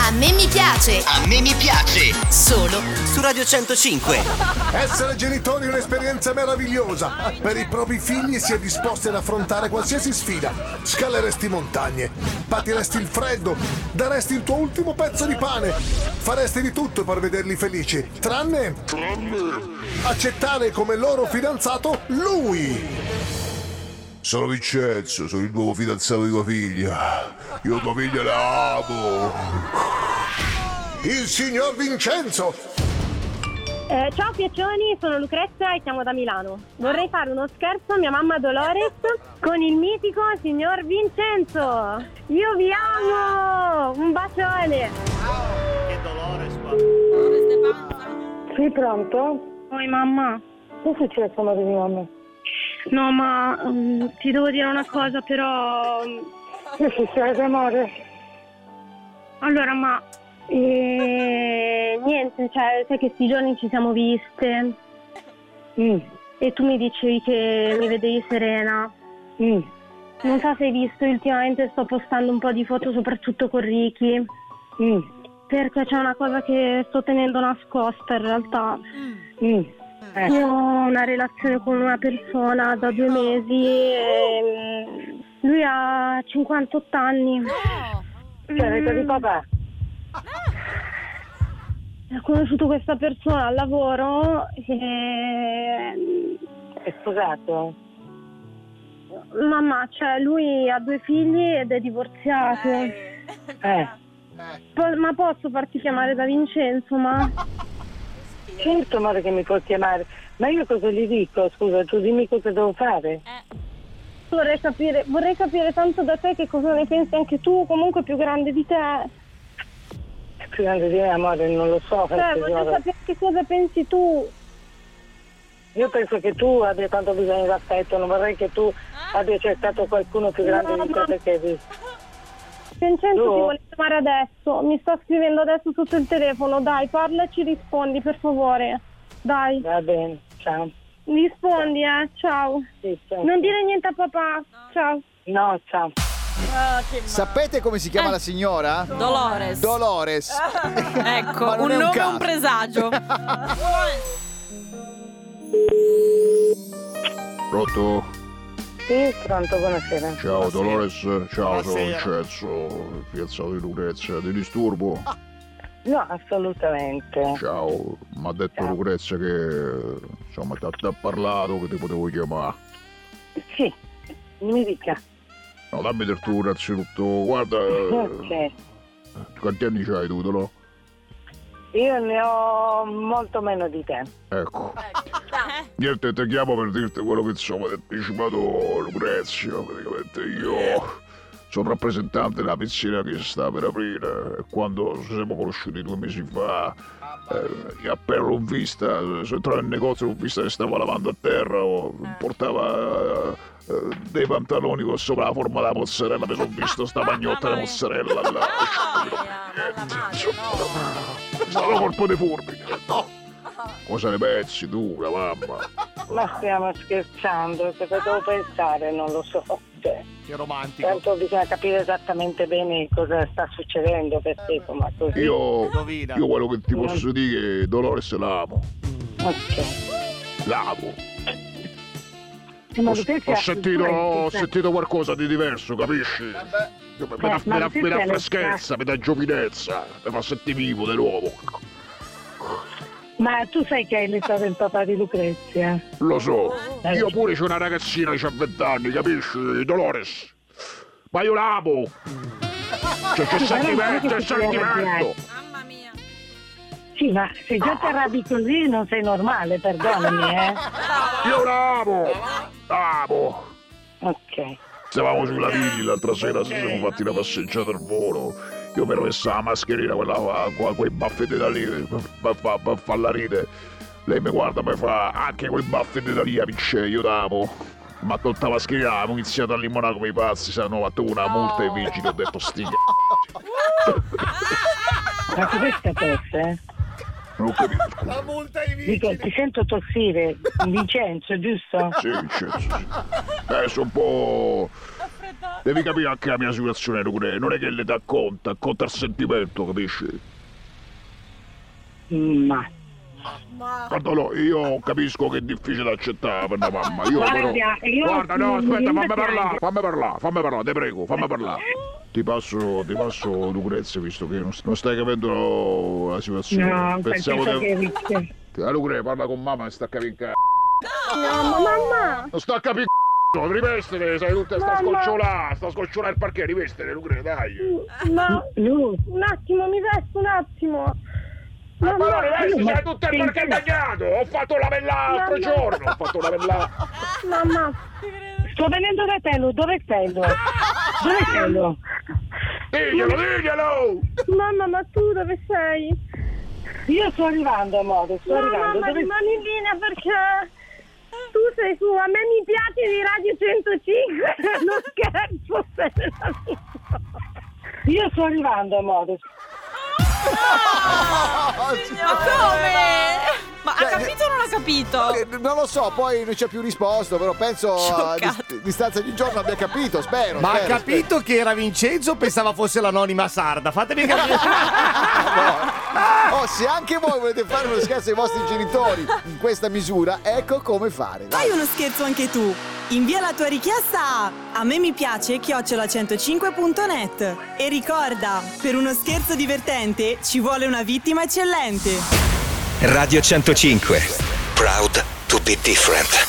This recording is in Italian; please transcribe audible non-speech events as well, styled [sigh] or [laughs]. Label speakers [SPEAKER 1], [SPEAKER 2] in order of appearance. [SPEAKER 1] A me mi piace.
[SPEAKER 2] A me mi piace.
[SPEAKER 1] Solo
[SPEAKER 2] su Radio 105.
[SPEAKER 3] Essere genitori è un'esperienza meravigliosa. Per i propri figli si è disposti ad affrontare qualsiasi sfida. Scaleresti montagne, patiresti il freddo, daresti il tuo ultimo pezzo di pane. Faresti di tutto per vederli felici, tranne accettare come loro fidanzato lui.
[SPEAKER 4] Sono Vincenzo, sono il nuovo fidanzato di tua figlia. Io tua figlia la amo.
[SPEAKER 3] Il signor Vincenzo!
[SPEAKER 5] Eh, ciao Piaccioni, sono Lucrezia e chiamo da Milano. Vorrei fare uno scherzo a mia mamma Dolores con il mitico signor Vincenzo. Io vi amo! Un bacione!
[SPEAKER 6] Che dolore,
[SPEAKER 7] Sei pronto?
[SPEAKER 5] Oi mamma,
[SPEAKER 7] Che è successo alla mia mamma?
[SPEAKER 5] no ma mm, ti devo dire una cosa però... mm,
[SPEAKER 7] Che è successo amore?
[SPEAKER 5] Allora ma... eh, niente, cioè sai che sti giorni ci siamo viste Mm. e tu mi dicevi che mi vedevi serena. Mm. Non so se hai visto, ultimamente sto postando un po' di foto soprattutto con Ricky. Mm. Perché c'è una cosa che sto tenendo nascosta in realtà. Mm. Io ho una relazione con una persona da due mesi e mm, lui ha 58 anni. Mm.
[SPEAKER 7] Cioè, avete di papà?
[SPEAKER 5] Ho conosciuto questa persona al lavoro e mm,
[SPEAKER 7] È sposato?
[SPEAKER 5] mamma, cioè lui ha due figli ed è divorziato.
[SPEAKER 7] Eh,
[SPEAKER 5] Po- ma posso farti chiamare da Vincenzo, ma
[SPEAKER 7] certo amore che mi può chiamare. Ma io cosa gli dico? Scusa, tu dimmi cosa devo fare.
[SPEAKER 5] vorrei capire, vorrei capire tanto da te che cosa ne pensi anche tu, comunque più grande di te.
[SPEAKER 7] È più grande Eh, di me amore, non lo so.
[SPEAKER 5] Cioè,
[SPEAKER 7] perché,
[SPEAKER 5] vorrei
[SPEAKER 7] guarda,
[SPEAKER 5] sapere che cosa pensi tu.
[SPEAKER 7] Io penso che tu abbia tanto bisogno d'affetto, non vorrei che tu abbia cercato qualcuno più grande
[SPEAKER 5] Ah. No,
[SPEAKER 7] di te
[SPEAKER 5] ma-
[SPEAKER 7] perché hai visto.
[SPEAKER 5] Vincenzo
[SPEAKER 7] Tu?
[SPEAKER 5] ti vuole chiamare adesso, mi sta scrivendo adesso sotto il telefono, dai, parla e ci rispondi per favore. Dai,
[SPEAKER 7] Va bene, ciao.
[SPEAKER 5] rispondi, eh, ciao.
[SPEAKER 7] Sì, ciao.
[SPEAKER 5] Non dire niente a papà, ciao.
[SPEAKER 7] No, ciao.
[SPEAKER 8] Sapete come si chiama la signora?
[SPEAKER 9] Eh. Dolores.
[SPEAKER 8] Dolores.
[SPEAKER 9] [laughs] ecco,
[SPEAKER 8] Ma non
[SPEAKER 9] un
[SPEAKER 8] è un
[SPEAKER 9] nome
[SPEAKER 8] caso.
[SPEAKER 9] un presagio.
[SPEAKER 4] Pronto?
[SPEAKER 7] Sì, pronto, buonasera.
[SPEAKER 4] Ciao Dolores, ciao sono
[SPEAKER 7] Buonasera. Ah.
[SPEAKER 4] Vincenzo, il fidanzato di Lucrezia, ti disturbo?
[SPEAKER 7] No, assolutamente.
[SPEAKER 4] Ciao, mi ha detto Lucrezia che insomma ti ha- ti ha parlato che ti potevo chiamare.
[SPEAKER 7] Sì, mi dica.
[SPEAKER 4] No, dammi del tuo innanzitutto,
[SPEAKER 7] [laughs]
[SPEAKER 4] guarda, eh,
[SPEAKER 7] Ok.
[SPEAKER 4] quanti anni c'hai tu, Dolo?
[SPEAKER 7] Io ne ho molto meno di te.
[SPEAKER 4] Ecco.
[SPEAKER 7] Eh,
[SPEAKER 4] Niente, ti chiamo per dirti quello che insomma ti ha anticipato Lucrezio, praticamente io sono rappresentante della pizzeria che sta per aprire e quando ci siamo conosciuti due mesi fa eh, appena l'ho vista, sono entrato nel negozio l'ho vista che stava lavando a terra, oh, portava eh, dei pantaloni con sopra la forma della mozzarella, mi sono visto sta pagnotta della mozzarella là. Sono colpo di fulmine. Cosa ne pensi tu, la mamma?
[SPEAKER 7] Ma stiamo scherzando, cosa
[SPEAKER 5] Ah.
[SPEAKER 7] devo pensare? Non lo so. Cioè,
[SPEAKER 8] Che romantico.
[SPEAKER 7] tanto bisogna capire esattamente bene cosa sta succedendo perché insomma così.
[SPEAKER 4] Io,
[SPEAKER 8] Indovina.
[SPEAKER 4] io quello che ti posso dire è che Dolores l'amo.
[SPEAKER 7] Ok.
[SPEAKER 4] L'amo.
[SPEAKER 7] Ma
[SPEAKER 4] Ho,
[SPEAKER 7] Lucrezia,
[SPEAKER 4] ho sentito,
[SPEAKER 7] tu hai-
[SPEAKER 4] ho sentito qualcosa di diverso, capisci? Mi mi
[SPEAKER 7] ma
[SPEAKER 4] dà-
[SPEAKER 7] Lucrezia
[SPEAKER 4] mi dà- mi dà
[SPEAKER 7] Eh, è una-
[SPEAKER 4] freschezza, mi dà giovinezza, mi fa sentire vivo di nuovo.
[SPEAKER 7] Ma tu sai che hai l'età del papà di Lucrezia?
[SPEAKER 4] Lo so.
[SPEAKER 7] Eh.
[SPEAKER 4] Io pure c'ho una ragazzina che ha 20 anni, capisci? Dolores. Ma io l'amo. C'è, c'è
[SPEAKER 7] Ma non
[SPEAKER 4] sentimento,
[SPEAKER 7] credo
[SPEAKER 4] c'è
[SPEAKER 7] che ti devi arrabbiare.
[SPEAKER 4] sentimento.
[SPEAKER 9] Mamma mia.
[SPEAKER 7] Sì, ma se già ti arrabbi così non sei normale, perdonami, eh.
[SPEAKER 4] Io l'amo. L'amo.
[SPEAKER 7] Ok.
[SPEAKER 4] Stavamo sulla viglia l'altra sera, ci siamo fatti una passeggiata al volo. Io mi ero messa la mascherina, quella, qua, quei baffetti da lì, per fa, fa, fa la ride. Lei mi guarda e mi fa, anche quei baffetti da lì, amice, io t'amo. Ma tolta la mascherina, avevo iniziato a limonare come i pazzi, se hanno fatto una multa e vigili, ho detto sti c***o.
[SPEAKER 7] Ma cos'è scatosse?
[SPEAKER 4] Non ho capito.
[SPEAKER 6] La multa ai vigili.
[SPEAKER 7] eh? Dico, ti sento tossire, Vincenzo, giusto?
[SPEAKER 4] Sì, certo. Adesso un po'. Devi capire anche la mia situazione, Rune. Non è che le dà conta, conta il sentimento, capisci?
[SPEAKER 7] Ma Ah.
[SPEAKER 4] Guarda, no, io capisco che è difficile da accettare per la mamma. Io però.
[SPEAKER 7] Guarda, io-
[SPEAKER 4] Guarda, no, aspetta,
[SPEAKER 7] io
[SPEAKER 4] fammi
[SPEAKER 7] piango.
[SPEAKER 4] parlare, fammi parlare, fammi parlare, te prego, fammi
[SPEAKER 7] Ecco.
[SPEAKER 4] parlare. Ti passo, ti passo Lucrezia, visto che non, non stai capendo la situazione.
[SPEAKER 7] no,
[SPEAKER 4] Pensavo
[SPEAKER 7] penso
[SPEAKER 4] che.
[SPEAKER 7] che... che-
[SPEAKER 4] Ah, Lucrezia, parla con mamma e sta capendo c***o.
[SPEAKER 5] No, ma mamma!
[SPEAKER 4] Non sta capendo c***o, rivestile, sai tutta sta
[SPEAKER 5] Mamma.
[SPEAKER 4] sgocciolata, sta sgocciolata il parquet, rivestile, Lucrezia, dai.
[SPEAKER 5] Ma [laughs]
[SPEAKER 7] Lu,
[SPEAKER 5] un attimo, mi vesto un attimo. Mamma,
[SPEAKER 4] Ma
[SPEAKER 7] io-
[SPEAKER 4] adesso
[SPEAKER 7] ma-
[SPEAKER 4] c'è tutto il parquet
[SPEAKER 7] senti-
[SPEAKER 4] bagnato! Ho fatto la bella l'altro
[SPEAKER 5] Mamma.
[SPEAKER 4] giorno! Ho fatto la bella.
[SPEAKER 5] mamma,
[SPEAKER 7] sto venendo da te, Lu, dove
[SPEAKER 5] [laughs]
[SPEAKER 7] sei, Lu? Dove sei, Lu?
[SPEAKER 4] Diglielo, diglielo!
[SPEAKER 5] mamma, ma tu dove sei?
[SPEAKER 7] Io sto arrivando, amore, sto
[SPEAKER 5] No,
[SPEAKER 7] arrivando.
[SPEAKER 5] mamma,
[SPEAKER 7] Dove...
[SPEAKER 5] rimani in linea perché tu sei su, a me mi piace di Radio 105, [laughs] non scherzo, sei nella mia.
[SPEAKER 7] Io sto arrivando, amore.
[SPEAKER 10] Ah,
[SPEAKER 9] Ma come? Ma ha
[SPEAKER 8] Cioè,
[SPEAKER 9] capito o non ha capito?
[SPEAKER 8] Eh, Non lo so, poi non ci ha più risposto, però penso a
[SPEAKER 9] Scioccato.
[SPEAKER 8] dis- distanza di un giorno abbia capito, spero.
[SPEAKER 1] Ma ha
[SPEAKER 8] spero,
[SPEAKER 1] capito che era Vincenzo? Pensava fosse l'anonima sarda.
[SPEAKER 8] [laughs]
[SPEAKER 1] Fatemi capire.
[SPEAKER 8] spero. Oh, se anche voi volete fare uno scherzo ai vostri genitori in questa misura, ecco come fare. Dai.
[SPEAKER 10] Fai uno scherzo anche tu. Invia la tua richiesta a a me mi piace chiocciola105.net e ricorda, per uno scherzo divertente ci vuole una vittima eccellente.
[SPEAKER 2] Radio 105. Proud to be different.